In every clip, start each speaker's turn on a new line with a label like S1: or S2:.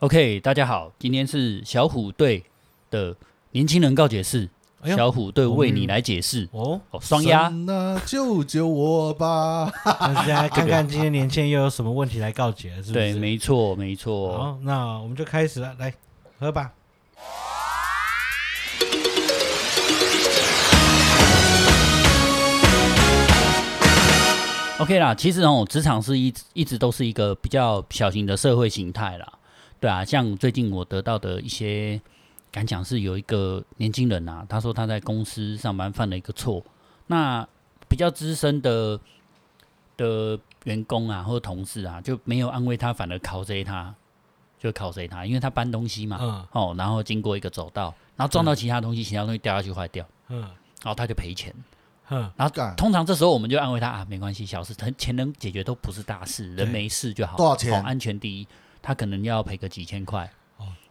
S1: OK，大家好，今天是小虎队的年轻人告解室，
S2: 哎呦
S1: 小虎队为你来解释。
S2: 哦，
S1: 哦，双鸭，
S3: 神啊，救救我吧！
S2: 大家看看今天年轻人又有什么问题来告解了，是不
S1: 对，
S2: 是？
S1: 没错，没错。
S2: 好，那我们就开始了，来喝吧。
S1: OK 啦，其实哦，职场是一直一直都是一个比较小型的社会形态啦。对啊，像最近我得到的一些感想是，有一个年轻人啊，他说他在公司上班犯了一个错，那比较资深的的员工啊或同事啊就没有安慰他，反而拷谁他，就拷谁他，因为他搬东西嘛，
S2: 嗯
S1: 哦，然后经过一个走道，然后撞到其他东西，其他东西掉下去坏掉，
S2: 嗯
S1: 然后他就赔钱。
S2: 哼，
S1: 然后
S3: 干
S1: 通常这时候我们就安慰他啊，没关系，小事，钱钱能解决都不是大事，人
S2: 对
S1: 没事就好。
S3: 多少钱
S1: 哦安全第一。他可能要赔个几千块。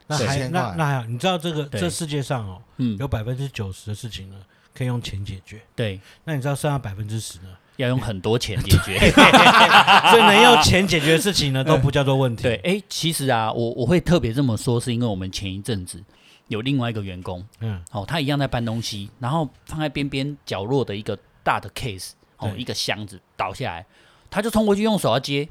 S2: 那
S3: 对
S2: 还
S3: 1000
S2: 那
S3: 块
S2: 那还好，你知道这个
S1: 对
S2: 这世界上哦，
S1: 嗯，
S2: 有百分之九十的事情呢可以用钱解决，
S1: 对，
S2: 那你知道剩下百分之十 呢？
S1: 要用很多钱解决。
S2: 所以能用钱解决的事情呢都不叫做问题。
S1: 嗯对，，哎，其实啊，我我会特别这么说，是因为我们前一阵子有另外一个员工，
S2: 嗯
S1: 哦，他一样在搬东西，然后放在边边角落的一个大的 case，哦，
S2: 对
S1: 一个箱子倒下来，他就冲过去用手要接，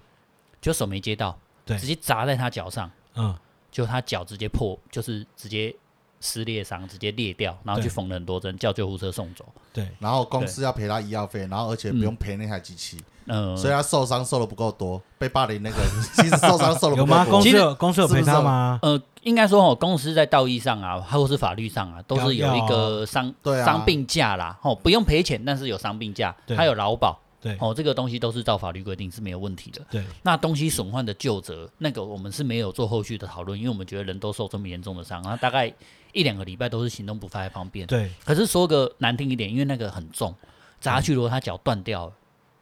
S1: 就手没接到，
S2: 对
S1: 直接砸在他脚上。
S2: 嗯，
S1: 就他脚直接破，就是直接撕裂伤，直接裂掉，然后去
S2: 对
S1: 缝了很多针，叫救护车送走。
S2: 对，
S3: 然后公司要赔他医药费，然后而且不用赔那台机器，
S1: 嗯、
S3: 所以啊他受伤受的不够多，被霸凌那个 其实受伤受的
S2: 有
S3: 不
S2: 吗？
S3: 够
S2: 公司
S3: 多
S1: 其实
S2: 有公司有
S3: 是不
S2: 赔
S3: 是
S2: 他吗？
S1: 呃，应该说哦，公司在道义上啊，或是法律上啊，都是有一个伤
S3: 对啊
S1: 伤病假啦，哦，不用赔钱，但是有伤病假，
S2: 对
S1: 还有劳保，
S2: 对
S1: 哦，这个东西都是照法律规定是没有问题的。
S2: 对，
S1: 那东西损坏的旧责，那个我们是没有做后续的讨论，因为我们觉得人都受这么严重的伤，然后大概一两个礼拜都是行动不太方便。
S2: 对，
S1: 可是说个难听一点，因为那个很重，砸下去如果他脚断掉了，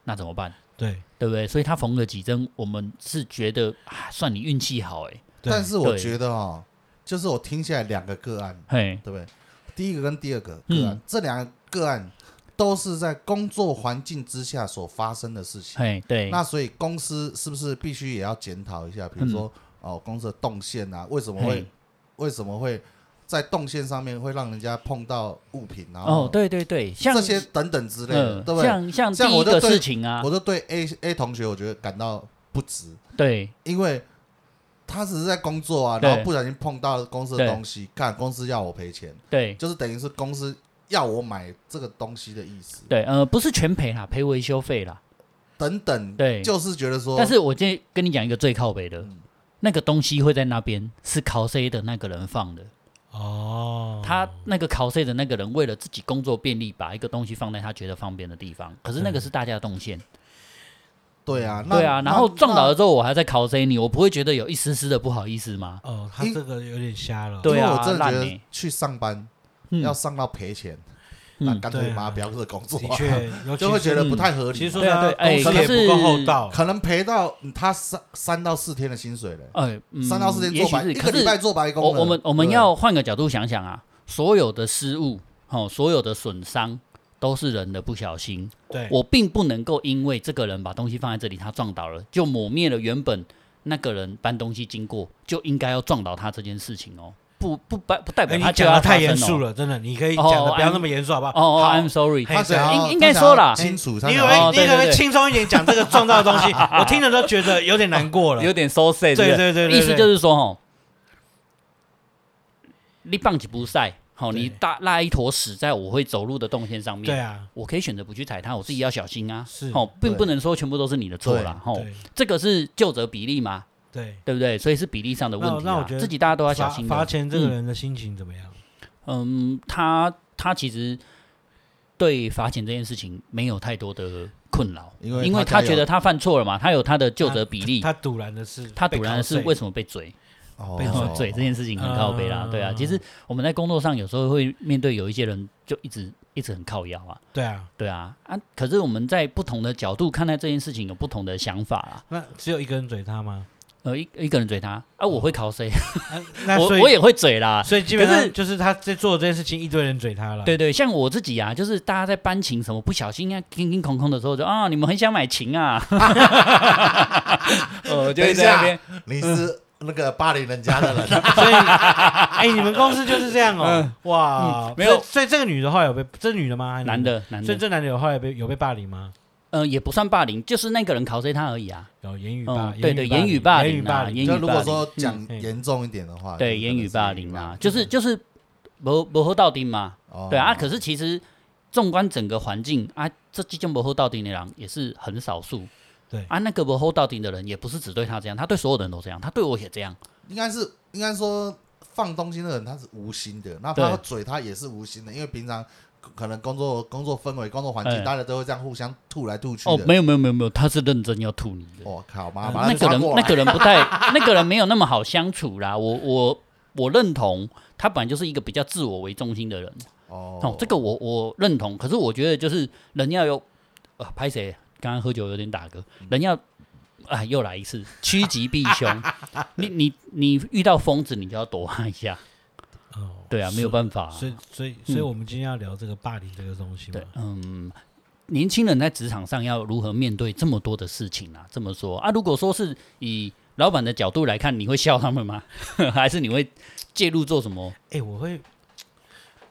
S1: 那怎么办？
S2: 对，
S1: 对不对？所以他缝了几针，我们是觉得啊，算你运气好哎、
S2: 对
S3: 但是我
S1: 对
S3: 觉得哦，就是我听下来两个个案，
S1: 嘿，
S3: 对不对？第一个跟第二个
S1: 嗯
S3: 个案，这两个个案都是在工作环境之下所发生的事情。
S1: 嘿，对，
S3: 那所以公司是不是必须也要检讨一下？比如说哦，公司的动线啊，为什么会
S1: 嗯嘿
S3: 为什么会在动线上面会让人家碰到物品，然后
S1: 哦，对对对，像
S3: 这些等等之类的，
S1: 嗯，
S3: 对不对？
S1: 像像
S3: 像
S1: 第一
S3: 我就
S1: 个
S3: 对
S1: 事情啊
S3: 我，就对 A A 同学，我觉得感到不值，
S1: 对
S3: 因为他只是在工作啊，
S1: 对
S3: 然后不小心碰到公司的
S1: 对
S3: 东西，看公司要我赔钱，
S1: 对
S3: 就是等于是公司要我买这个东西的意思，
S1: 对，呃，不是全赔啦，赔维修费啦。
S3: 等等，
S1: 对
S3: 就是觉得说，
S1: 但是我今天跟你讲一个最靠北的
S3: 嗯，
S1: 那个东西会在那边是 cos A 的那个人放的，
S2: 哦，
S1: 他那个 cos 的那个人为了自己工作便利，把一个东西放在他觉得方便的地方，可是那个是大家的动线，
S3: 对啊，那
S1: 对啊，
S3: 那
S1: 然后撞倒
S3: 那
S1: 了之后，我还在 cos 你，我不会觉得有一丝丝的不好意思吗？
S2: 哦，他
S3: 因
S2: 这个有点瞎了。
S1: 对啊
S3: 因为我真的觉
S1: 烂
S3: 得
S1: 欸
S3: 去上班
S1: 嗯
S3: 要上到赔钱，那
S1: 嗯，
S3: 干脆
S2: 对啊
S3: 把它不要这工作
S2: 的
S3: 啊，
S2: 确，尤其
S3: 就会
S2: 是
S3: 觉得不太合理。哦
S2: 其实说
S1: 对啊
S2: 他
S1: 对哎
S2: 公司也不
S1: 可
S2: 够
S1: 是
S2: 厚道，
S3: 可能赔到他三三到四天的薪水了，
S1: 呃，嗯
S3: 三到四天
S1: 也
S3: 做
S1: 许
S3: 白
S1: 是，
S3: 一个
S1: 可
S3: 礼
S1: 是
S3: 拜做白工
S1: 我
S3: 了。
S1: 我们我们
S3: 对
S1: 要换个角度想想啊，所有的失误，哦，所有的损伤都是人的不小心。
S2: 对，
S1: 我并不能够因为这个人把东西放在这里，他撞倒了，就抹灭了原本那个人搬东西经过就应该要撞倒他这件事情哦。不不不不代
S2: 哎
S1: 表
S2: 你
S1: 他就
S2: 讲
S1: 要
S2: 的太
S1: 发生
S2: 严
S1: 哦
S2: 肃。了，真的，你可以
S1: 哦
S2: 讲的不要
S1: ，I'm-
S2: 那么严肃，好不好？
S1: 哦哦
S2: 好
S1: ，I'm sorry。
S2: 嘿
S3: 他想要
S1: 应应该说啦
S3: 他想要清楚，他
S2: 哎你以
S3: 想
S2: 为
S3: 要
S1: 哦
S2: 你以
S1: 对对
S2: 为
S1: 对
S2: 轻松一点讲这个撞到的东 西，我听着都觉得有点难过 了。
S1: 有点 so sad 是不
S2: 对
S1: 是
S2: 对对对对
S1: 意思就是说哦，你棒起不晒，好，
S2: 对
S1: 你大拉一坨屎在我会走路的动线上面，
S2: 对啊，
S1: 我可以选择不去踩它，我自己要小心啊。
S2: 是
S1: 哦，并
S3: 对
S1: 不能说全部都是你的错啦。哦，
S2: 对
S1: 这个是就责比例嘛，
S2: 对。
S1: 对不对？所以是比例上的问题
S2: 那那我
S1: 啦，
S2: 觉得
S1: 自己大家都要小
S2: 罚
S1: 心的。
S2: 罚钱这个人的心情怎么样？
S1: 嗯，嗯，他他其实对罚钱这件事情没有太多的困扰，
S3: 因为
S1: 因为
S3: 他
S1: 他
S3: 家
S1: 觉得
S3: 有
S1: 他犯错了嘛，他有他的就责比例。
S2: 嗯他堵然的是
S1: 他堵然的是为什么被追？
S3: 哦
S2: 被
S1: 哦
S2: 哦，
S1: 嘴这件事情很靠背啦，
S2: 嗯
S1: 对啊。其实我们在工作上有时候会面对有一些人就一直一直很靠腰啊，
S2: 对啊，
S1: 对啊啊。可是我们在不同的角度看待这件事情有不同的想法啦。
S2: 那只有一个人嘴他吗？
S1: 呃，一一个人嘴他啊，我会考谁？
S2: 啊那
S1: 我
S2: 所以
S1: 我也会嘴啦。
S2: 所以基本
S1: 可是
S2: 上就是他在做这件事情，一堆人嘴他了。
S1: 对对，像我自己啊，就是大家在搬琴什么不小心啊，叮叮空空的时候就啊，你们很想买琴啊，哦，就会在那边
S3: 你是那个霸凌人家的人，
S2: 所以，哎，你们公司就是这样哦，哇
S1: 嗯，没有
S2: 所以所以这个女的后来有被，这是女的吗？还是
S1: 男，的男
S2: 所以
S1: 的，
S2: 这男的有后来被有被霸凌吗？
S1: 呃，也不算霸凌，就是那个人拷 C 他而已啊。
S2: 有言语霸
S1: 嗯，，对对，言语霸
S2: 言语
S1: 凌
S2: 霸
S1: 啊，
S2: 凌，
S1: 言语
S3: 就
S1: 霸
S3: 如果
S1: 凌。
S3: 说讲
S2: 嗯
S3: 严重一点的话，
S1: 对
S3: 就
S1: 言语
S3: 可能
S1: 霸
S3: 是
S1: 凌啊
S3: 吧，
S1: 就是就是不不厚道顶嘛，
S3: 哦
S1: 对啊。可是其实纵观整个环境啊，这这种不厚道顶的人也是很少数。
S2: 对
S1: 啊，那个不厚道顶的人也不是只对他这样，他对所有的人都这样，他对我也这样。
S3: 应该是应该说放东西的人他是无心的，那
S1: 对
S3: 他嘴他也是无心的，因为平常可可能工作工作氛围、工作环境，
S1: 哎
S3: 大家都会这样互相吐来吐去
S1: 哦，
S3: 的。
S1: 没有没有没有没有，他是认真要吐你的。
S3: 我靠，妈，
S2: 嗯
S3: 把他
S1: 那个
S3: 抓
S1: 人
S3: 过
S1: 那
S3: 来
S1: 个人不 太，那个人没有那么好相处啦。我我我认同，他本来就是一个比较自我为中心的人。哦
S3: 哦，，
S1: 这个我我认同，可是我觉得就是人要有，呃，拍谁？刚刚喝酒有点打嗝，
S3: 嗯
S1: 人要啊，又来一次，趋吉避 凶。你你你遇到疯子，你就要躲他一下。
S2: 哦
S1: 对啊，没有办法、嗯
S2: 所以，所以，所以我们今天要聊这个霸凌这个东西嘛
S1: 对，，嗯，年轻人在职场上要如何面对这么多的事情啊？这么说啊，如果说是以老板的角度来看，你会笑他们吗？ 还是你会介入做什么？
S2: 哎，我会，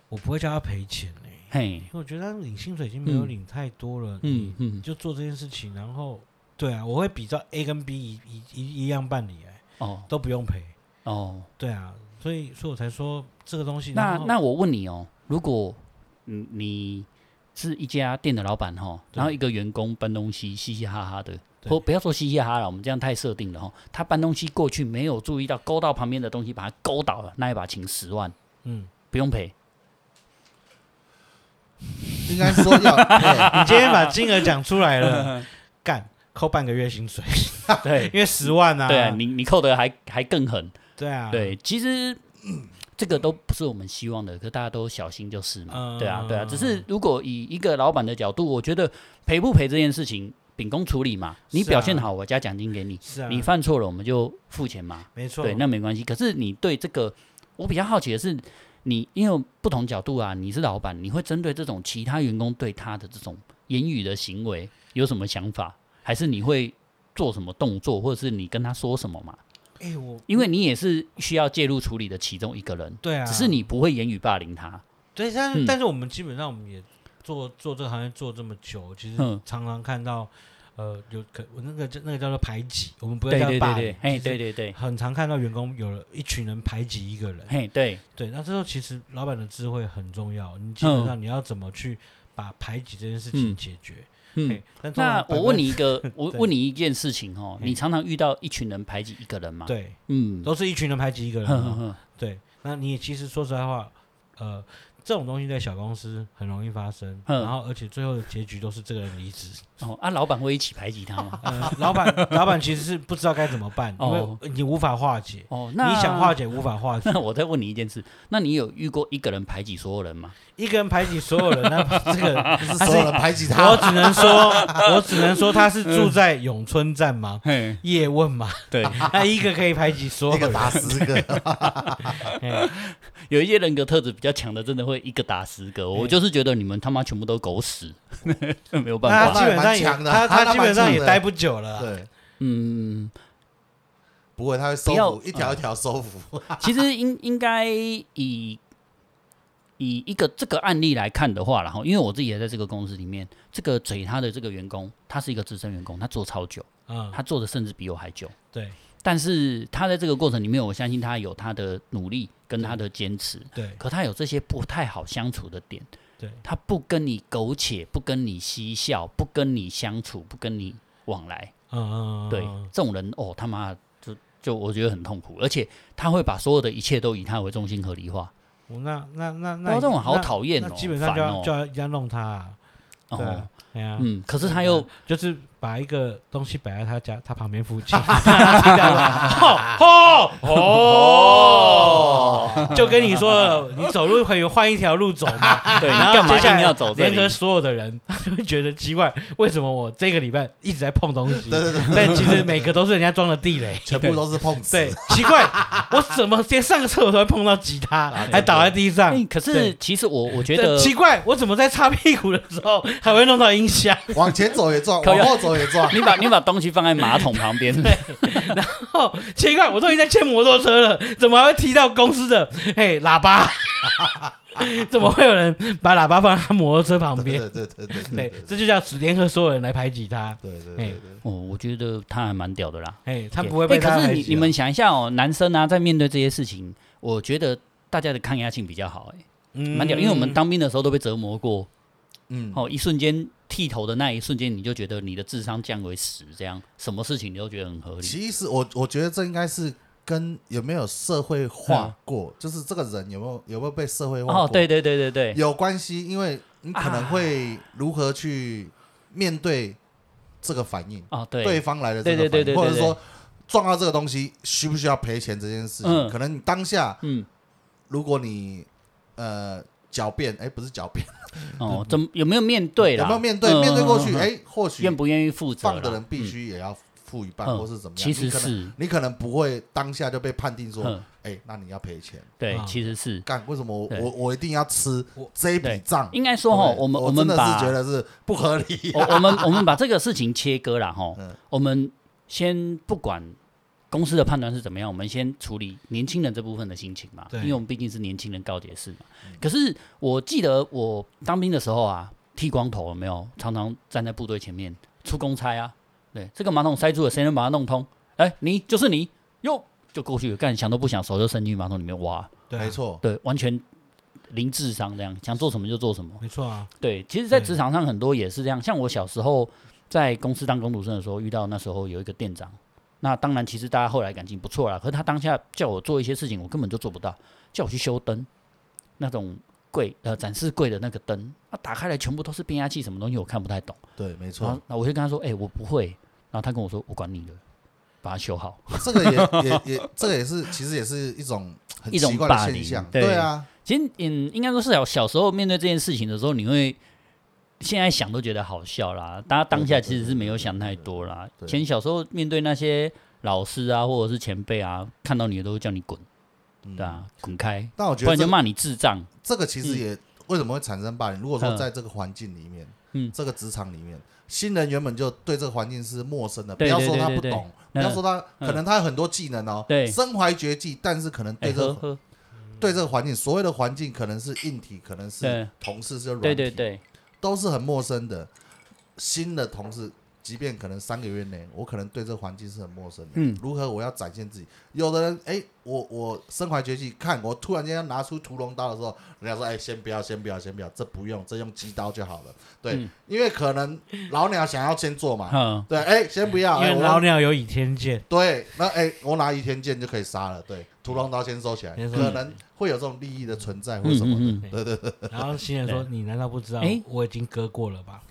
S2: 我不会叫他赔钱哎，
S1: 嘿，
S2: 因为我觉得他领薪水已经没有
S1: 嗯
S2: 领太多了，
S1: 嗯嗯
S2: 你，就做这件事情，然后，对啊，我会比照 A 跟 B 一一一一样办理哎，
S1: 哦
S2: 都不用赔，
S1: 哦，
S2: 对啊，所以，所以我才说这个东西，
S1: 那
S2: 然后
S1: 那我问你哦，如果你你是一家店的老板哈，
S2: 对
S1: 然后一个员工搬东西嘻嘻哈哈的，
S2: 对
S1: 或不要说嘻嘻哈哈了，我们这样太设定了哈。哦他搬东西过去没有注意到勾到旁边的东西，把它勾倒了，那一把请十万，
S2: 嗯，
S1: 不用 赔。
S3: 应该说要对
S2: 你今天把金额讲出 来了，干扣半个月薪水，
S1: 对
S2: 因为十万啊，
S1: 对啊，你你扣的还还更狠。
S2: 对啊，
S1: 对，其实。这个都不是我们希望的，可大家都小心就是嘛。
S2: 嗯
S1: 对啊，对啊。只是如果以一个老板的角度，我觉得赔不赔这件事情，秉公处理嘛。你
S2: 是
S1: 表
S2: 啊
S1: 现好，我加奖金给你。
S2: 是啊，
S1: 你犯错了，我们就付钱嘛。
S2: 没错，
S1: 对，那没关系。可是你对这个，我比较好奇的是，你因为不同角度啊，你是老板，你会针对这种其他员工对他的这种言语的行为有什么想法？还是你会做什么动作，或者是你跟他说什么嘛？
S2: 哎、我
S1: 因为你也是需要介入处理的其中一个人，
S2: 对啊，
S1: 只是你不会言语霸凌他。
S2: 对，但是、
S1: 嗯
S2: 但是我们基本上我们也做做这个行业做这么久，其实
S1: 嗯
S2: 常常看到呃有可我那个叫那个叫做排挤，我们不会
S1: 对
S2: 叫
S1: 对对
S2: 霸
S1: 对
S2: 凌，，
S1: 哎，
S2: 其实
S1: 对对对，嗯
S2: 很常看到员工有了一群人排挤一个人，
S1: 嘿，对，
S2: 对，那这时候其实老板的智慧很重要，你基本
S1: 嗯
S2: 上你要怎么去把排挤这件事情
S1: 嗯
S2: 解决？
S1: 嗯
S2: 嘿。但通常
S1: 那
S2: 百
S1: 我
S2: 分
S1: 问你一个， 我
S2: 对
S1: 问你一件事情哦，
S2: 嘿
S1: 你常常遇到一群人排挤一个人吗？，
S2: 对，
S1: 嗯，
S2: 都是一群人排挤一个人、
S1: 哼 哼
S3: 嗯
S2: 哦，
S1: 哼
S2: 对，那你也其实说实在话，呃。这种东西在小公司很容易发生，
S1: 嗯
S2: 然后而且最后的结局都是这个人离职，
S1: 哦啊，老板会一起排挤他吗？
S2: 呃，老板，老板其实是不知道该怎么办，因
S1: 哦
S2: 为你无法化解，
S1: 哦，那
S2: 你想化解无法化 解，
S1: 那我再问你一件事，那你有遇过一个人排挤所有人吗？
S2: 一个人排挤所有人，那这个
S3: 不是所有人排挤
S2: 我
S3: 他，
S2: 只能说，我只能说他是住在永春站吗？
S1: 嘿，
S2: 叶问 嘛，
S1: 对，
S2: 那一个可以排挤所有
S3: 一个
S2: 人，
S3: 打十个，
S2: 哎
S1: 有一些人格特质比较强的，真的会一个打十个。我
S2: 嗯
S1: 就是觉得你们他妈全部都狗 屎，没有办
S2: 那
S1: 法。
S2: 他基本上也，
S3: 那蛮强的
S2: 他
S3: 他
S2: 他基本上
S3: 蛮
S2: 也
S3: 强的
S2: 待不久了啊，
S3: 对，
S1: 嗯，
S3: 不会，他会
S1: 不要
S3: 收服，一条一条收服。
S1: 其实应应该以以一个这个案例来看的话，然后因为我自己也在这个公司里面，这个嘴他的这个员工，他是一个资深员工，他做超久，
S2: 嗯，
S1: 他做的甚至比我还久。
S2: 对
S1: 但是他在这个过程里面，我相信他有他的努力跟他的坚持。
S2: 对
S1: 可他有这些不太好相处的点，
S2: 对，
S1: 他不跟你苟且，不跟你嬉笑，不跟你相处，不跟你往来，
S2: 嗯嗯，
S1: 对、
S2: 嗯
S1: 这种人哦，他妈就就我觉得很痛苦，而且他会把所有的一切都以他为中心合理化，
S2: 那那那
S1: 哇
S2: 那
S1: 这种好
S2: 那
S1: 讨厌
S2: 那
S1: 哦，
S2: 基本上就
S1: 烦
S2: 要
S1: 哦
S2: 就要要弄他啊，对
S1: 哦
S2: 啊，哎呀，啊
S1: 嗯，可是他又
S2: 就是把一个东西摆在他家他旁边附 近， 哦哦哦，就跟你说了，你走路可以换一条路走 嘛。
S1: 对
S2: 然
S1: 你
S2: 后
S1: 干嘛
S2: 接下
S1: 硬
S2: 来
S1: 要走这
S2: 联合
S1: 里？
S2: 所有的人，就会觉得奇怪，为什么我这个礼拜一直在碰东西，
S3: 对对对，
S2: 但其实每个都是人家装的地雷。
S3: 全部都是碰瓷。
S2: 对，奇怪，我怎么连上个厕所都会碰到吉他，还倒在地上？
S1: 哎可是
S2: 对
S1: 其实我我觉
S2: 这
S1: 得
S2: 奇怪，我怎么在擦屁股的时候还会弄到音箱？
S3: 往前走也撞，
S1: 靠腰
S3: 往后走也撞。
S1: 你把你把东西放在马桶旁 边，
S2: 哦，奇怪，我都已经在牵摩托车了，怎么还会踢到公司的？嘿，喇叭， 怎么会有人把喇叭放在他摩托车旁边？
S3: 对对对对
S2: 对
S3: 对，
S2: 这就叫联合所有人来排挤他。
S3: 对对
S2: 哎
S3: 对对。
S1: 哦，我觉得他还蛮屌的啦。
S2: 哎，他
S1: 对
S2: 不会被
S1: 哎
S2: 他
S1: 可是
S2: 排
S1: 你
S2: 挤
S1: 你
S2: 啊
S1: 们想一下哦，男生啊，在面对这些事情，我觉得大家的抗压性比较好、哎，蛮屌。因为我
S2: 嗯
S1: 们当兵的时候都被折磨过，
S3: 嗯，
S1: 哦，一瞬间剃头的那一瞬间，你就觉得你的智商降为十，这样什么事情你都觉得很合理。
S3: 其实我我觉得这应该是跟有没有社会化过，就是这个人有没有有没有被社会化
S1: 嗯
S3: 过
S1: 哦，对对对对对，
S3: 有关系，因为你可能会如何去面对这个反应，
S1: 哦
S3: 对
S1: 对，
S3: 方来的这个反
S1: 对对
S3: 应，
S1: 对对对
S3: 或者说撞到这个东西需不需要赔钱这件事情，
S1: 嗯
S3: 可能你当下
S1: 嗯，
S3: 如果你呃狡辩，哎，不是狡辩，
S1: 哦，怎么有没有面对啦？
S3: 有没有面对
S1: 嗯
S3: 面对过去？，
S1: 嗯嗯嗯
S3: 哎，或许
S1: 愿不愿意负责啦？
S3: 放的人必须也要付一半，
S1: 嗯
S3: 或是怎么样，
S1: 其实
S3: 你可能
S1: 是
S3: 你可能不会当下就被判定说，
S1: 嗯
S3: 哎、那你要赔钱。
S1: 对
S2: 啊，
S1: 其实是
S3: 干，为什么我
S1: 对
S3: 我我一定要吃
S2: 我
S3: 这一笔
S1: 对
S3: 账？
S1: 应该说哈，
S3: 对不对
S1: 我们
S3: 我
S1: 们
S3: 真的是觉
S1: 把
S3: 得是不合理、
S1: 我我们我们把这个事情切割了哈
S3: 嗯，
S1: 我们先不管公司的判断是怎么样，我们先处理年轻人这部分的心情嘛，
S2: 对
S1: 因为我们毕竟是年轻人告解室嘛。可是我记得我当兵的时候啊，剃光头有没有？常常站在部队前面出公差啊，对，这个马桶塞住了，谁能把它弄通？哎，你就是你哟，就过去了干，想都不想，手就伸进马桶里面挖，
S2: 对啊
S3: 没，错，
S1: 对，完全零智商这样，想做什么就做什么。
S2: 没错啊，
S1: 对，其实，在
S2: 对
S1: 职场上很多也是这样。像我小时候在公司当工读生的时候，遇到那时候有一个店长，那当然其实大家后来感情不错啦，可是他当下叫我做一些事情，我根本就做不到，叫我去修灯，那种柜呃展示柜的那个灯，啊打开来全部都是变压器什么东西，我看不太懂。
S3: 对，没
S1: 然
S3: 错
S1: 后，，那我就跟他说，哎、我不会。然后他跟我说，我管你的，把它修好。
S3: 这个也也也，这个也是，其实也是一种很
S1: 一种
S3: 奇怪的
S1: 霸
S3: 现
S1: 凌
S3: 象。
S1: 对
S3: 对啊，
S1: 其实，嗯，应该说是小小时候面对这件事情的时候，你会现在想都觉得好笑啦。大家当下其实是没有想太多啦。
S3: 对对对对对对
S1: 前小时候面对那些老师啊，或者是前辈啊，看到你都会叫你滚，
S3: 嗯
S1: 对。啊，滚开，
S3: 但我觉
S1: 不
S3: 得
S1: 然
S3: 这
S1: 就
S3: 个
S1: 骂你智障。
S3: 这个其实也为什么会产生霸凌？如果说
S1: 嗯
S3: 在这个环境里面，
S1: 嗯
S3: 这个职场里面，新人原本就对这个环境是陌生的，不
S1: 对
S3: 要
S1: 对
S3: 说
S1: 对
S3: 他
S1: 对
S3: 不
S1: 对
S3: 懂，不
S1: 嗯
S3: 要说他可能他有很多技能哦，
S1: 对
S3: 身怀绝技，但是可能
S1: 哎，
S3: 对这
S1: 呵
S3: 个
S1: 呵，
S3: 对这个环境，所谓的环境可能是硬体，可能是
S1: 对
S3: 同事是软
S1: 对对
S3: 体
S1: 对，
S3: 都是很陌生的。新的同事，即便可能三个月内，我可能对这个环境是很陌生的。
S1: 嗯
S3: 如何我要展现自己？有的人，哎、我我身怀绝技，看我突然间要拿出屠龙刀的时候，人家说，哎、先不要，先不要，先不要，这不用，这用鸡刀就好了。对，
S1: 嗯
S3: 因为可能老鸟想要先做
S2: 啊
S3: 嘛。
S1: 嗯，
S3: 对，哎、先不要，
S2: 因
S3: 哎
S2: 为
S3: 我
S2: 老鸟有倚天剑，
S3: 对，那哎、我拿倚天剑就可以杀了。对，屠龙刀先收起来，
S2: 先收起来
S3: 可能会有这种利益的存在或什么的。
S1: 嗯嗯
S2: 嗯
S3: 对对对，
S2: 然后新人说：“你难道不知道
S1: 哎
S2: 我已经割过了吧？”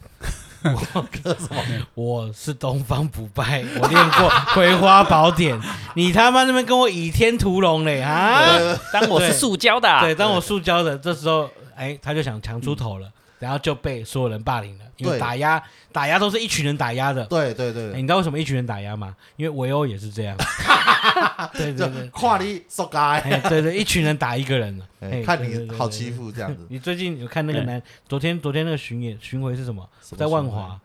S2: 我割什么？我是东方不败，我练过《葵花宝典》。你他妈那边跟我倚天屠龙嘞啊！
S1: 当我是塑胶的啊，
S2: 对，当我塑胶的这时候，哎，他就想强出头了，然后就被所有人霸凌了，因为
S3: 对
S2: 打压打压都是一群人打压的。
S3: 对对对
S2: 哎你知道为什么一群人打压吗？因为围殴也是这 样。对对
S3: 就
S2: 对，
S3: 跨你手该。
S2: 哎对对，一群人打一个人了。哎
S3: 哎，看
S2: 对对
S3: 你
S2: 对
S3: 好
S2: 对
S3: 欺负这样子。
S2: 你最近有看那个
S1: 哎
S2: 男？昨天昨天那个巡演巡回是什么？
S3: 什么
S2: 在万
S3: 巡回
S2: 华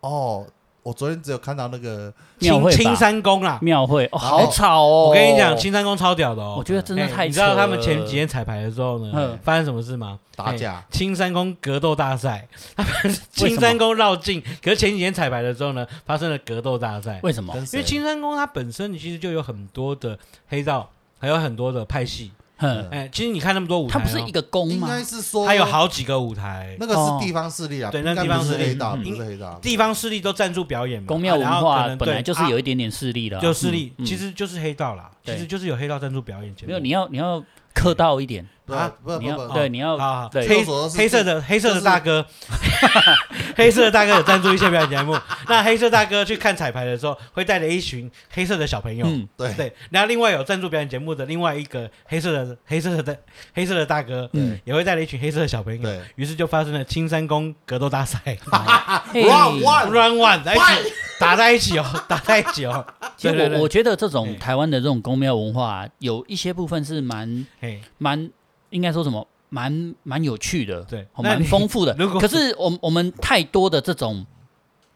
S3: 哦，我昨天只有看到那个，
S1: 庙
S2: 青
S1: 会吧
S2: 青山宫啦。
S1: 庙会哦，
S3: 好
S1: 好吵哦。
S2: 我跟你讲，青山宫超屌的哦。
S1: 我觉得真的
S2: 哎
S1: 太
S2: 你知道
S1: 扯
S2: 他们前
S1: 了
S2: 几天彩排的时候呢
S1: 嗯，
S2: 发生什么事吗？
S3: 打
S2: 哎
S3: 架
S2: 青山宫格斗大赛，
S1: 为什么
S2: 青山宫绕境。可是前几天彩排的时候呢，发生了格斗大赛。
S1: 为什么？
S3: 跟
S2: 因为
S3: 谁
S2: 青山宫它本身其实就有很多的黑道，还有很多的派系。
S1: 哼，
S2: 哎，其实你看那么多舞
S1: 嗯
S2: 台
S1: 它
S2: 哦，
S1: 不是一个宫
S3: 应
S1: 吗？
S3: 该是说
S2: 它有好几个舞台，
S3: 那个
S1: 哦
S3: 是地方势力啊，
S2: 对
S3: 应
S2: 那
S3: 该
S2: 地方
S3: 不是
S2: 势力
S3: 黑道，
S1: 嗯
S3: 不是黑道，
S2: 地方势力都赞助表演嘛。
S1: 宫庙
S2: 啊
S1: 文
S2: 然后可
S1: 化
S2: 能
S1: 本来
S2: 对
S1: 就是
S2: 啊
S1: 有一点点势力的啊，
S2: 就势力，
S1: 嗯嗯
S2: 其实就是黑道啦，
S1: 对
S2: 其实就是有黑道赞助表演节目。
S1: 没有，你要你要客套一点，
S3: 对啊，不
S1: 你
S3: 不
S1: 要
S3: 不，
S2: 哦
S1: 对你要
S2: 好，
S1: 对
S2: 黑
S3: 厕所是
S2: 黑色的黑色的大哥，黑色的大哥有赞助一些表演节目。 那黑色大哥去看彩排的时候，会带着一群黑色的小朋友。
S1: 嗯
S3: 对
S2: 对，然后另外有赞助表演节目的另外一个黑色的黑色的黑色的大哥，
S1: 嗯，
S2: 也会带着一群黑色的小朋友。
S3: 对
S2: 于是就发生了青山宫格斗大赛
S1: 嘿
S3: ，Round One，
S2: ，Run One 在一起打在一起哦，打在一起哦。
S1: 其实
S2: 对对对
S1: 我我觉得这种
S2: 嘿
S1: 台湾的这种宫庙文化啊、有一些部分是蛮
S2: 嘿，
S1: 蛮应该说什么蛮蛮有趣的，
S2: 对
S1: 哦
S2: 那
S1: 蛮
S2: 你
S1: 丰富的。
S2: 如果
S1: 可是我们我们太多的这种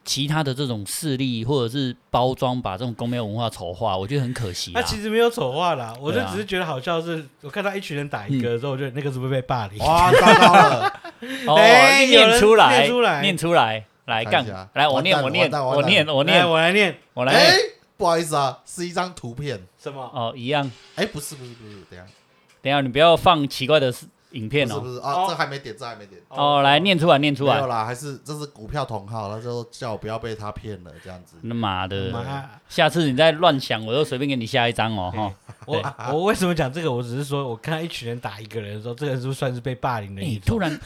S1: 其他的这种势力或者是包装，把这种宫庙文化丑化，我觉得很可惜
S2: 那
S1: 啦。
S2: 其实没有丑话啦，我就
S1: 啊对啊
S2: 只是觉得好笑的是，我看到一群人打一个的时候，我觉得那个是不是被霸凌？
S3: 哇，糟糕了，
S1: 哦，
S2: 哎有
S1: 念
S2: 人
S1: 出来，
S2: 念出来
S1: 念出来，来
S3: 看
S1: 干
S3: 一下，
S1: 来我
S3: 完
S1: 念
S3: 蛋
S1: 我
S3: 了
S1: 念
S3: 完蛋完
S1: 我
S3: 蛋
S1: 念我
S2: 来，
S1: 念
S2: 我来念
S1: 我
S3: 哎
S1: 来，
S3: 不好意思啊，是一张图片，
S2: 什么？
S1: 哦，一样。
S3: 哎，不是不是不是，等一下，
S1: 等一下你不要放奇怪的影片
S3: 不是
S1: 哦。
S3: 不是
S2: 哦
S3: 啊，这还没点，这还没点。
S1: 哦，来念出来，念出
S3: 没
S1: 来。
S3: 有啦，还是这是股票同好，他就叫我不要被他骗了，这样子。
S1: 那妈的，
S2: 妈
S1: 下次你再乱想，我就随便给你下一张哦，哈。
S2: 我我为什么讲这个？我只是说，我看到一群人打一个人的时候，这个是不是算是被霸凌的一
S1: 哎，突
S2: 种？
S1: 然，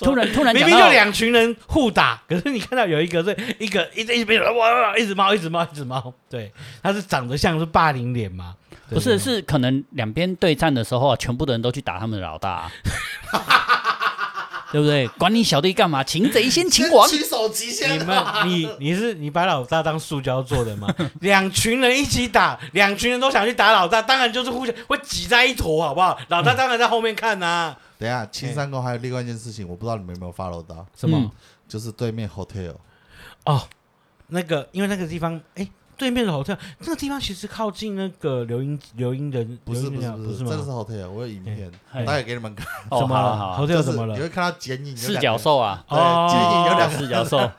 S1: 突然，突然
S2: 明
S1: 讲
S2: 明就
S1: 到，
S2: 两群人互打， 可是你看到有一个是一个一直一直被哇哇哇一直猫一直猫一直猫，对，他是长得像是霸凌脸吗？对
S1: 不是，是可能两边对战的时候啊，全部的人都去打他们的老大 啊，对不对？管你小弟干嘛？擒贼先擒王。
S3: 起手机先
S2: 你。们你你是你把老大当塑胶做的吗？ 两群人一起打，两群人都想去打老大，当然就是互相会挤在一坨，好不好？老大当然在后面看呐、
S1: 嗯
S3: 等一下，青山宫还有另外一件事情，我不知道你们有没有 follow 到，
S2: 什么？
S1: 嗯
S3: 就是对面 hotel，
S2: 哦，那个，因为那个地方，哎、对面的 hotel，那个地方其实靠近那个流音流音的，
S3: 不是
S2: 流音
S3: 不是
S2: 的
S3: 不是，
S2: 吗？
S3: 真的是 hotel，我有影片，
S1: 嘿
S3: 大概给你们看。
S1: 哦，
S2: 怎么
S1: 好
S2: 了？
S1: 啊好啊，
S2: hotel 怎么
S3: 就是你
S2: 了？
S3: 会看到剪影，
S1: 四角，兽啊，
S3: 对，剪影有两个
S1: 四角兽。
S2: 哦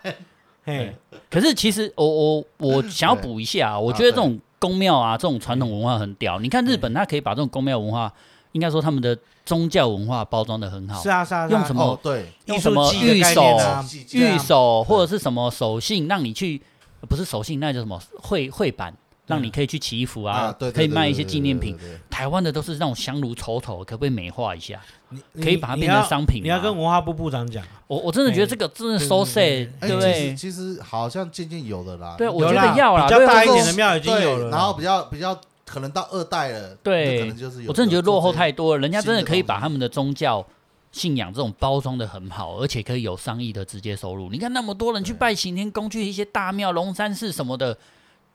S2: 嘿，
S1: 可是其实我我我想要补一下、啊，我觉得这种宫庙啊，这种传统文化很屌。你看日本，它可以把这种宫庙文化，应该说他们的宗教文化包装的很好
S2: 是，啊是啊，是啊
S1: 用什么
S3: 哦，对，
S1: 用
S2: 艺
S1: 什
S2: 术
S1: 么
S2: 季
S1: 玉
S2: 的概
S1: 手
S2: 念啊？对啊
S1: 玉手或者是什么手信，让你去呃不是手信，那叫什么绘绘板，让你可以去祈福
S3: 啊，
S1: 啊，
S3: 对，
S1: 可以
S3: 对
S1: 卖一些纪念。品
S3: 对。对对对对
S1: 台湾的都是那种香炉丑丑，可不可以美化一下？
S2: 你
S1: 可以把它变成商品啊
S2: 你要。你要
S1: 吗
S2: 跟文化部部长讲，
S1: 我我真的觉得这个真的
S2: 对
S1: so
S2: 对
S1: sad，
S3: 哎
S1: 对不
S3: 其
S1: 对
S3: 实？其实好像渐渐有的啦，
S1: 对我觉
S2: 有啦
S1: 得要啦
S2: 比较
S1: 对
S2: 大一
S3: 我
S2: 点的庙已经
S3: 对
S2: 有了啦，
S3: 然后比较比较可能到二代了，
S1: 对
S3: 就可能就是有。
S1: 我真的觉得落后
S3: 有
S1: 太多了，人家
S3: 新的
S1: 真的可以
S3: 东西
S1: 把他们的宗教信仰这种包装的很好，而且可以有上亿的直接收入。你看那么多人去
S3: 对
S1: 拜行天宫，去一些大庙、龙山寺什么的，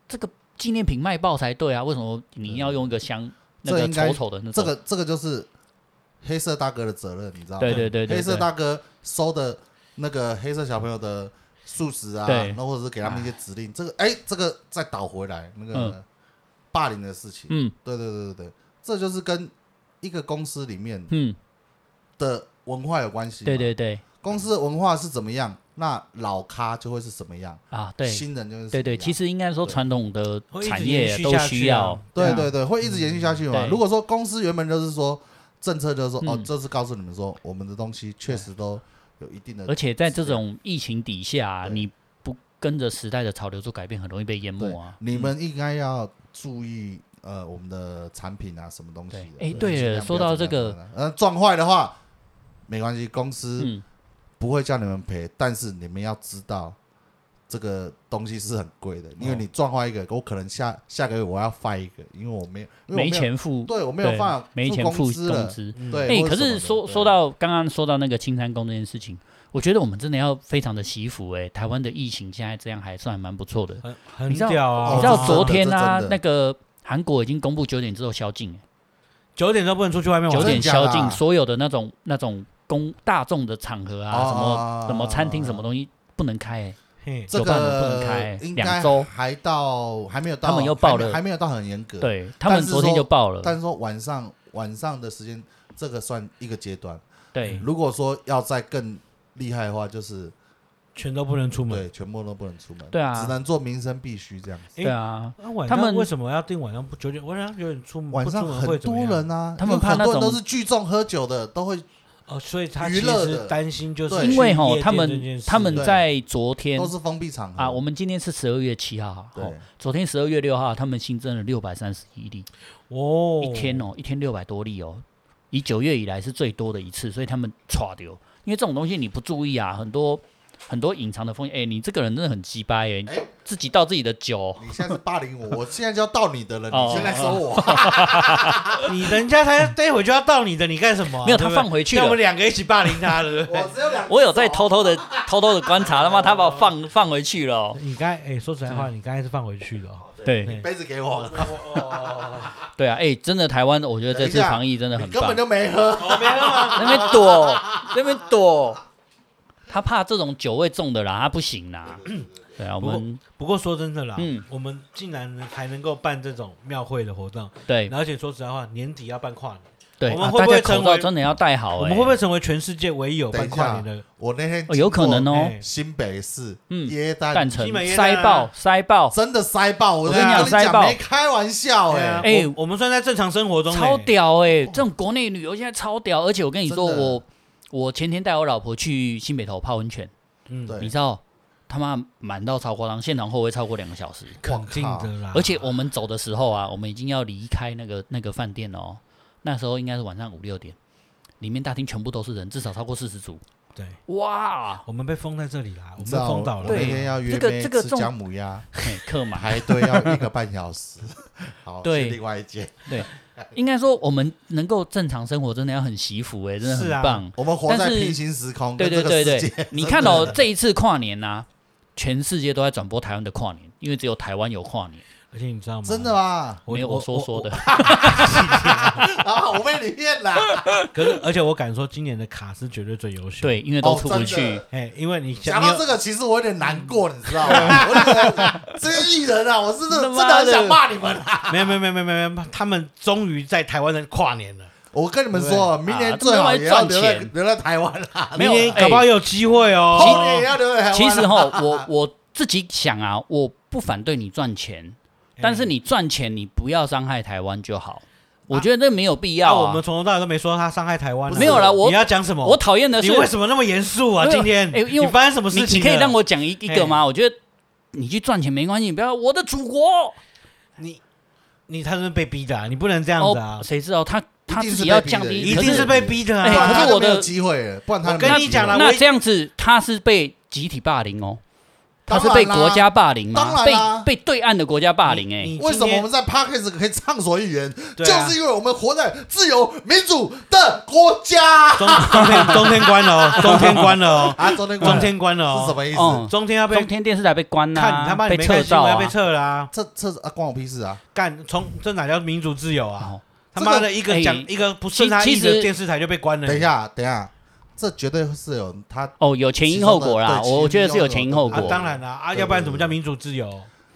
S1: 这个纪念品卖爆才对啊！为什么你要用一个香那
S3: 这
S1: 个
S3: 应该
S1: 丑丑的那
S3: 这
S1: 种？
S3: 个这个就是黑色大哥的责任，你知道吗？
S1: 对对对对
S3: 黑色
S1: 对
S3: 大哥收的那个黑色小朋友的素食啊，
S1: 对
S3: 那或者是给他们一些指令，这个哎，这个再倒回来那个
S1: 嗯
S3: 霸凌的事情，
S1: 嗯
S3: 对对对对对，这就是跟一个公司里面
S1: 嗯，
S3: 的文化有关系嘛。
S1: 对对对
S3: 公司的文化是怎么样，那老咖就会是什么样，
S1: 啊，对
S3: 新人就是
S1: 对对，其
S3: 实
S1: 实应该说
S3: 对
S1: 传统的
S2: 会一直
S1: 产
S2: 延
S1: 业
S2: 续
S1: 都
S2: 下
S1: 需
S2: 去啊
S1: 要。
S3: 对
S2: 啊
S3: 对对，会一直延续下去嘛。
S1: 嗯对
S3: 如果说公司原本就是说政策就是说，哦
S1: 嗯，
S3: 这次告诉你们说，我们的东西确实都有一定的
S1: 而，且在这种疫情底下啊、
S3: 啊对
S1: 你不跟着时代的潮流做改变，很容易被淹
S3: 对
S1: 没啊，。
S3: 你们应该要注意。呃，我们的产品啊，什么东西的？
S1: 对哎
S3: 尽
S1: 对
S3: 量
S1: 了
S3: 不要
S1: 说到
S3: 怎么样
S1: 这个
S3: 怎么样，呃，撞坏的话没关系，公司
S1: 嗯，
S3: 不会叫你们赔，但是你们要知道这个东西是很贵的，因为你撞坏一个，我可能下下个月我要翻一个，因为我没有因为我
S1: 没
S3: 有，
S1: 钱付，
S3: 对我没有
S1: 对，
S3: 办法
S1: 没钱
S3: 付
S1: 付
S3: 资了，
S1: 资。
S2: 嗯
S3: 对，
S1: 哎、
S3: 或
S1: 可
S3: 者
S1: 是
S3: 什么的
S1: 说
S3: 对
S1: 说到刚刚说到那个青山宫这件事情，我觉得我们真的要非常的惜福哎、台湾的疫情现在这样还算蛮不错的。
S2: 很很
S1: 你知道
S2: 屌啊！
S1: 你知道
S3: 这
S1: 昨
S3: 哦真的
S1: 天
S3: 这
S1: 啊
S3: 真的，
S1: 那个韩国已经公布九点之后宵禁、
S2: 九点都不能出去外面
S1: 欸，
S2: 玩，
S1: 九点
S3: 真的假
S1: 宵
S3: 的
S1: 禁
S3: 啊
S1: 所有的那种那种公大众的场合啊，什么、
S3: 哦
S1: 什么餐厅什么东西不能开、欸，
S2: 嘿，
S3: 这
S1: 酒吧门不能开
S3: 个应该
S1: 两周
S3: 还到还没有到，
S1: 他们又爆
S3: 还没
S1: 了
S3: 还没有到很严格，，
S1: 对他们
S3: 但是
S1: 昨天
S3: 说
S1: 就爆了，
S3: 但是说晚上晚上的时间，这个算一个阶段。
S1: 对，
S3: 如果说要再更厉害的话，就是
S2: 全都不能出门。
S3: 对，全部都不能出门，
S1: 对啊
S3: 只能做民生必须这样子。
S2: 诶
S1: 对啊。
S2: 那晚
S1: 他
S2: 上
S1: 们
S2: 为什么要定晚上不九
S1: 嗯
S2: 点？晚上九点出门，
S3: 晚上
S2: 不出门会
S3: 很
S2: 怎么
S3: 多
S2: 样
S3: 人啊，
S1: 他们
S3: 因为
S1: 怕
S3: 很
S1: 那
S3: 多
S1: 种
S3: 人都是聚众喝酒的，都会
S2: 哦，所以他
S3: 娱
S2: 其
S3: 乐
S2: 实
S3: 的
S2: 担心就是
S3: 对
S1: 因为
S2: 吼
S1: 吼，他们他们在昨天
S3: 都是封闭场合
S1: 啊，我们今天是十二月七号哈，
S3: 嗯对
S1: 吼昨天十二月六号，他们新增了六百三十一例，
S2: 哦
S1: 一天哦，一天六百多例哦，以九月以来是最多的一次，所以他们歘丢，因为这种东西你不注意啊，很多很多隐藏的风险，哎，你这个人真的很鸡掰哎，
S3: 哎
S1: 自己倒自己的酒，
S3: 你现在是霸凌 我，我现在就要到你的了，
S1: 哦
S3: 你现在说 我，
S2: 你人家才待会就要到你的，你干什么啊、
S1: 没有
S2: 对
S1: 他
S2: 不对
S1: 放回去
S2: 像我们
S1: 了。
S2: 两个一起霸凌他了，对不对
S3: 我只有两，
S1: 我有在偷偷的、偷偷的观察，他妈他把我放放回去了哦、
S2: 你刚才哎、说实在话，你刚才是放回去的、哦。
S1: 对
S3: 杯子 给我，
S1: 对啊，哎、真的台湾，我觉得这
S3: 等一
S1: 次
S3: 下
S1: 防疫真的
S3: 你
S1: 很
S3: 根
S1: 棒
S3: 本。就哦没啊喝，
S1: 那边躲，那边躲。他怕这种酒味重的啦，他不行啦。 对啊，我们
S2: 不过说真的啦，
S1: 嗯
S2: 我们竟然还能够办这种庙会的活动，
S1: 对
S2: 而且说实在话，年底要办跨年，
S1: 对，
S2: 我们
S1: 啊
S2: 会
S1: 大
S2: 不
S1: 家
S2: 会
S1: 口
S2: 成
S1: 罩
S2: 为
S1: 真的要戴好
S2: 我
S1: 哎。
S2: 们会不会成为全世界唯一有办跨年的？
S3: 我那天
S1: 哦有可能哦
S2: 哎，
S3: 新北市
S1: 嗯
S3: 耶诞
S1: 蛋城
S2: 西门耶诞啊
S1: 塞爆塞爆，
S3: 真的塞爆，我
S1: 我跟你
S3: 讲
S1: 讲塞爆
S3: 没开玩笑
S2: 对啊
S3: 哎，
S1: 哎
S2: 我我们算在正常生活中、欸
S1: 超
S2: 屌。
S1: 屌哎！
S2: 哦
S1: 这种国内旅游现在超屌，而且我跟你说，
S3: 真的
S1: 我我前天带我老婆去新北头泡温泉，
S2: 嗯，
S3: 对
S1: 你知道他妈满到超夸张，现场后会超过两个小时。
S2: 肯定的
S3: 啊
S2: 啦。
S1: 而且我们走的时候啊，我们已经要离开那个那个饭店了哦。那时候应该是晚上五六点，里面大厅全部都是人，至少超过四十组。
S2: 对，
S1: 哇，
S2: 我们被封在这里啦，我
S3: 你
S2: 们
S3: 知
S2: 被
S3: 道
S2: 封岛了。
S3: 我那天要约
S1: 这个
S3: 妹
S1: 这个
S3: 吃
S1: 重
S3: 姜母鸭，
S1: 嘿客满。
S3: 排队要一个半小 时，好，
S1: 对
S3: 去另外一间。
S1: 应该说我们能够正常生活，真的要很惜福哎、真的
S2: 是啊
S1: 很棒。
S3: 我们活在
S1: 但是
S3: 平行时空，
S1: 对
S3: 跟这
S1: 对
S3: 个
S1: 对
S3: 世界
S1: 对，你看哦，这一次跨年呐、全世界都在转播台湾的跨年，因为只有台湾有跨年，
S2: 而且你知道吗？
S3: 真的吗？
S2: 我，
S1: 没有我说说的。
S3: 啊，我被你骗了，
S2: 我。可是，而且我敢说，今年的卡是绝对最优秀。，
S1: 对，因 为都出
S3: 哦
S1: 不
S3: 真
S1: 去。
S3: 的
S2: 哎，因为你想
S3: 讲到这个，其实我有点难过，你知道 吗？我觉得这些艺人啊，我是真的
S1: 他妈
S3: 真的
S1: 的
S3: 很想骂你们啊！
S2: 没有没有没有没有没有没有，他们终于在台湾的跨年了，
S3: 我跟你们说，明
S1: 啊
S3: 年最好也要留在留在台湾啦，
S1: 没有哎
S2: 明年搞不好有机会
S3: 后
S2: 哦。
S3: 年也要留在台湾啦。啊
S1: 其实哈，我 我自己想啊，我不反对你赚钱，
S2: 哎
S1: 但是你赚钱你不要伤害台湾就好。我觉得这没有必
S2: 那、
S1: 要、啊
S2: 啊我们从头到尾都没说他伤害台湾啊、
S1: 没有啦我
S2: 你要讲什么？
S1: 我讨厌的是
S2: 你为什么那么严肃啊？
S1: 没有
S2: 今天、
S1: 哎因为
S2: 你发生什么
S1: 你
S2: 事情哎
S1: 你
S2: 了？
S1: 可以让我讲一一个吗？我觉得你去赚钱没关系，你不要我的祖国
S2: 你你他是被逼的啊、你不能这样子
S1: 哦，！
S2: 啊
S1: 谁知道他他
S3: 一定
S1: 自
S3: 是
S1: 己要
S3: 被逼
S1: 降
S3: 的
S1: 低，
S2: 一
S1: 可
S2: 定是被逼的啊！
S1: 哎
S3: 不然
S1: 可
S3: 他
S1: 是
S3: 就
S1: 我
S3: 没
S1: 的
S3: 有机会了，不然他
S2: 我跟
S3: 没有
S2: 你
S3: 机
S2: 讲啦
S3: 会
S2: 我
S1: 那
S2: 一
S1: 这样子他是被集体霸凌哦，他
S3: 当
S1: 是
S3: 然
S1: 被
S3: 啦
S1: 国家霸凌
S3: 当
S1: 嘛，
S3: 然
S1: 被
S3: 啦
S1: 被对岸的国家霸凌哎、
S2: 你你
S3: 为什
S2: 今
S3: 么
S2: 天
S3: 我们在 Parkes 可以畅所欲言，就
S2: 对啊
S3: 是因为我们活在自由民主的国家
S2: 啊中中天中天关了 哦，中天关了哦，
S3: 啊！中天
S2: 中天关了哦，
S3: 是什么意思？
S1: 哦
S2: 中天要被
S1: 中天电视台被关啦、
S2: 看你他妈你
S1: 被
S2: 没看
S1: 撤
S2: 新
S1: 照
S2: 闻要
S1: 啊
S2: 被，撤啦、啊，
S3: 这这啊，关我屁事啊！
S2: 干从这哪叫民主自由啊？
S1: 哦
S2: 他妈
S3: 这
S2: 的
S3: 个
S2: 一个讲
S1: 哎
S2: 一个不顺他
S1: 其
S2: 意
S1: 其实
S2: 的电视台就被关了。
S3: 等一，下，等一下，这绝对是有他
S1: 哦，有前因后果啦，
S3: 其中的对
S1: 我我觉得是有
S3: 其
S1: 前
S3: 中
S1: 因
S3: 的
S1: 后
S2: 啊
S1: 果。
S2: 当然啦，啊，
S3: 对
S2: 要不然怎么叫民主自由？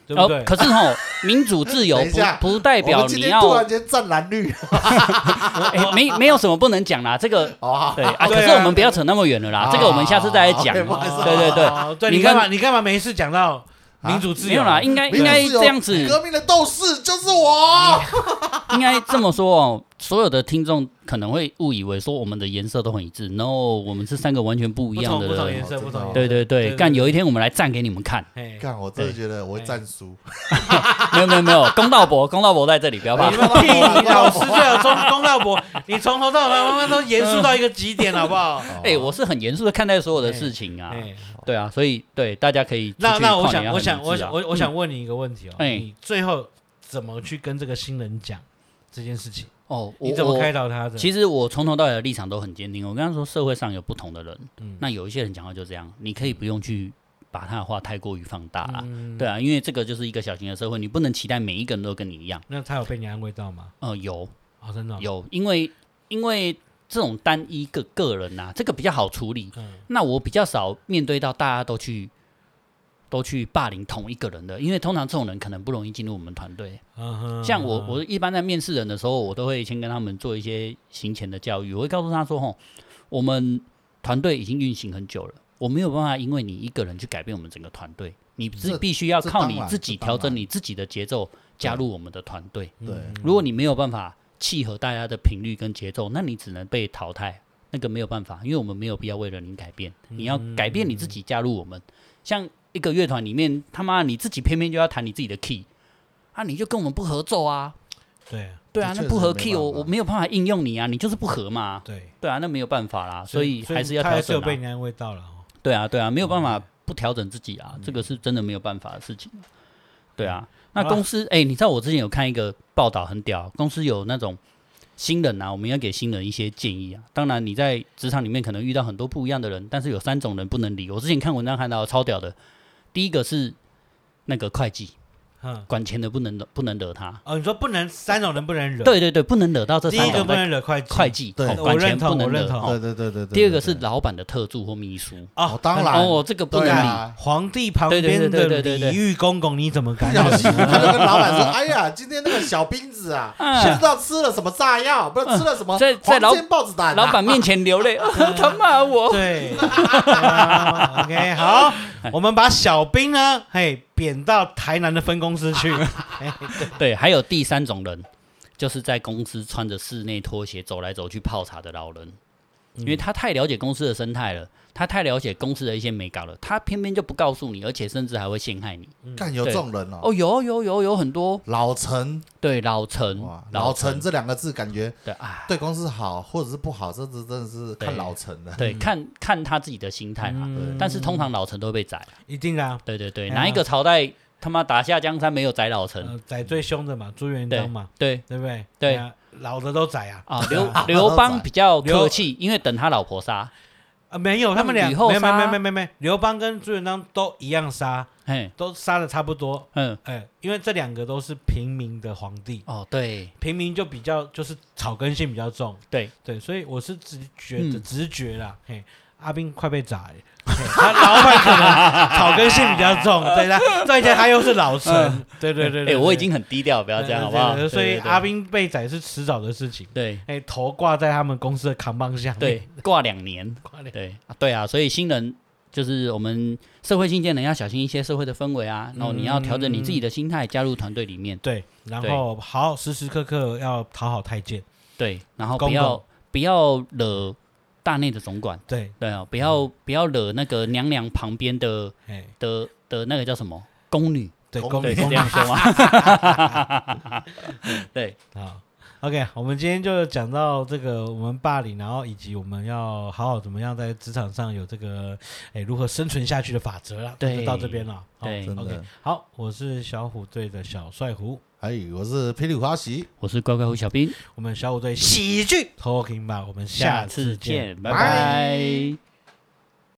S2: 对不
S1: 哦
S2: 对？
S1: 可是 吼，民主自由
S3: 等一下
S1: 不不代
S3: 我
S1: 表
S3: 们今
S1: 你
S3: 天
S1: 要
S3: 突然间站蓝绿，
S1: 哎，没没有什么不能讲啦，这 个
S3: 好哦好，
S1: 对啊，
S2: 对啊
S1: 可是我们不要扯那么远了啦，这个我们下次再来讲。
S3: 啊不啊好意思啊 啊
S1: 对对对
S2: 哦对，
S1: 你
S2: 你干嘛
S1: 看
S2: 你干嘛没事讲到民主自
S1: 没
S2: 由啊
S1: 有啦，？应该
S3: 民主
S1: 哎应该
S3: 自由
S1: 这样子，哎
S3: 革命的斗士就是我。
S1: 应该这么说哦。所有的听众可能会误以为说我们的颜色都很一致，no，我们是三个完全不一
S2: 不
S1: 样
S2: 同
S1: 的
S2: 不同
S1: 人。
S2: 颜色，不同颜色
S1: 对对
S2: 对
S1: 对，
S2: 对
S1: 干
S2: 对
S1: 有一天我们来站给你们看。
S2: 嘿
S3: 看，我真的觉得我会战输，
S1: 哎没有没有没有， 公道伯公道伯在这里，不要怕
S2: 你。们屁！你老师最好中公道伯，你从头到尾慢慢都严肃到一个极点，好不好？
S1: 哎，我是很严肃的看待所有的事情啊。
S2: 哎，
S1: 对啊，所以对大家可以出去
S2: 那那我
S1: 跨年
S2: 想
S1: 要
S2: 我
S1: 很
S2: 想我
S1: 理智啊
S2: 想我我想问你一个问题哦，
S1: 哎
S2: 你最后怎么去跟这个新人讲这件事情？
S1: 哦，我
S2: 你怎么
S1: 我
S2: 开导他的？
S1: 其实我从头到尾的立场都很坚定。我刚刚说社会上有不同的人，
S2: 嗯
S1: 那有一些人讲话就这样，你可以不用去把他的话太过于放大啦。
S2: 嗯
S1: 对啊，因为这个就是一个小型的社会，你不能期待每一个人都跟你一样。
S2: 那他有被你安慰到吗？
S1: 呃，有
S2: 哦，真的哦，
S1: 有，因为因为这种单一个个人呐、这个比较好处理。
S2: 嗯
S1: 那我比较少面对到大家都去都去霸凌同一个人的，因为通常这种人可能不容易进入我们团队。
S2: 嗯哼，
S1: 像我，
S2: 嗯哼
S1: 我一般在面试人的时候，我都会先跟他们做一些行前的教育，我会告诉他说：“吼，我们团队已经运行很久了，我没有办法因为你一个人去改变我们整个团队，你是
S3: 这
S1: 必须要
S3: 这
S1: 靠
S3: 当
S1: 你
S3: 然
S1: 自
S3: 这
S1: 己
S3: 当
S1: 调整
S3: 然
S1: 你自己的节奏，加入我们的团队。
S3: 对
S2: 嗯
S1: 如果你没有办法契合大家的频率跟节奏，那你只能被淘汰，那个没有办法，因为我们没有必要为了你改变，你要改变你自己加入我们。像一个乐团里面，他妈你自己偏偏就要弹你自己的 key，啊，你就跟我们不合奏啊，
S2: 对
S1: 对啊，
S3: 这确
S1: 那
S3: 实
S1: 不合
S3: 没
S1: key 我
S3: 办法
S1: 我没有办法应用你啊，你就是不合嘛，
S2: 对，
S1: 对啊，那没有办法啦，所以还是要
S2: 他还
S1: 调
S2: 是有
S1: 整
S2: 被
S1: 啊，
S2: 你安慰到了哦。
S1: 对啊，对啊，没有办
S2: 嗯
S1: 法不调整自己啊，这个是真的没有办法的事情，对啊。那
S2: 好啦
S1: 公司，哎，你知道我之前有看一个报道很屌，公司有那种新人啊，我们要给新人一些建议啊。当然你在职场里面可能遇到很多不一样的人，但是有三种人不能理。我之前看文章看到超屌的，第一个是那个会计，
S2: 嗯，
S1: 管钱的不能不能惹他。
S2: 哦，你说不能三种人不能惹，，
S1: 对对对，不能惹到这
S2: 第
S1: 三
S2: 一
S1: 种人
S2: 个不能惹会计，
S1: 会计，
S3: 对
S1: 哦
S2: 我
S1: 管钱
S2: 认同
S1: 不能
S2: 我认
S1: 惹。
S2: 同
S1: 哦
S3: 对对对对对。
S1: 第二个是
S3: 对
S1: 老板的特助或秘书。
S3: 哦
S2: 哦，，
S3: 当然，
S1: 哦，这个不能
S3: 对
S1: 理。
S3: 啊。
S2: 皇帝旁
S1: 对对对
S2: 边的
S1: 对对对
S2: 李煜公公，你怎么
S3: 不
S2: 敢
S3: 小心，
S2: 惹？
S3: 可能跟老板说：“哎呀，今天那个小兵子啊，
S1: 啊
S3: 不知道吃了什么炸药，不知道吃了什么
S1: 嗯在在老
S3: 黄煎豹子胆啊。
S1: 老板面前流泪， 他骂我。
S2: 对啊，OK，好， 我们把小兵呢，嘿，贬到台南的分公司去。嘿
S1: 对，还有第三种人，就是在公司穿着室内拖鞋走来走去泡茶的老人，因为他太了解公司的生态了，他太了解公司的一些美感了，他偏偏就不告诉你，而且甚至还会陷害你。
S3: 干有这种人哦，
S1: 哦，有有有有很多
S3: 老陈
S1: 对嗯老陈
S3: 哇，老陈这两个字感觉
S1: 对啊，
S3: 对公司好或者是不好，这是真的是看
S1: 对
S3: 老陈的。
S1: 对，看看他自己的心态啦。
S2: 嗯
S1: 但是通常老陈都会被宰啊，
S2: 一定的啊，
S1: 对对对，
S2: 哎呀
S1: 哪一个朝代他妈打下江山没有宰老陈？
S2: 呃宰最凶的嘛，朱元璋嘛，
S1: 对
S2: 对不对？
S1: 对
S2: 哎呀，老的都宰啊。
S1: 啊， 刘刘邦比较
S2: 刘
S1: 客气，因为等他老婆杀，
S2: 啊，没有，他们俩
S1: 吕
S2: 没
S1: 后
S2: 有没有
S1: 杀
S2: 没有没有没有没有，刘邦跟朱元璋都一样杀，
S1: 嘿，
S2: 都杀的差不多。
S1: 嗯，
S2: 哎，因为这两个都是平民的皇帝，
S1: 哦，对哎
S2: 平民就比较就是草根性比较重，
S1: 对，
S2: 对，所以我是直觉的
S1: 嗯
S2: 直觉啦，嘿，阿斌快被宰，嘿他老板可能草根性比较重，对啦，再加上他又是老臣，对对对，
S1: 哎，
S2: 对
S1: 我已经很低调，不
S2: 不
S1: 要这样好不好？
S2: 所
S1: 对
S2: 以
S1: 对对
S2: 阿斌被宰是迟早的事情，
S1: 对
S2: 哎，头挂在他们公司的扛棒下面，
S1: 对挂两年，
S2: 挂脸，
S1: 对啊对啊，所以新人。就是我们社会新鲜人要小心一些社会的氛围啊，然后你要调整你自己的心态，加入团队里面，
S2: 对，然
S1: 对
S2: 后好时时刻刻要讨好太监，
S1: 对，然后
S2: 公
S1: 不要不要惹大内的总管，
S2: 对，
S1: 对啊，不要不要惹那个娘娘旁边的
S2: 哎，
S1: 的的那个叫什么宫女，
S2: 对，
S3: 公
S2: 公
S1: 对，
S2: 理
S1: 是
S2: 公
S1: 这
S2: 理
S1: 样说吗？ 对，
S2: 好 OK，我们今天就讲到这个我们霸凌，然后以及我们要好好怎么样在职场上有这个诶如何生存下去的法则啦。
S1: 对
S2: 就到这边了。好
S1: 对
S3: 真
S2: ，OK，
S3: 的，
S2: 好，我是小虎队的小帅虎，
S3: 哎，我是霹雳花喜，
S1: 我是乖乖虎小兵，
S2: 我们小虎队喜剧 Talking 吧，我们下
S1: 次
S2: 次见，
S1: 拜拜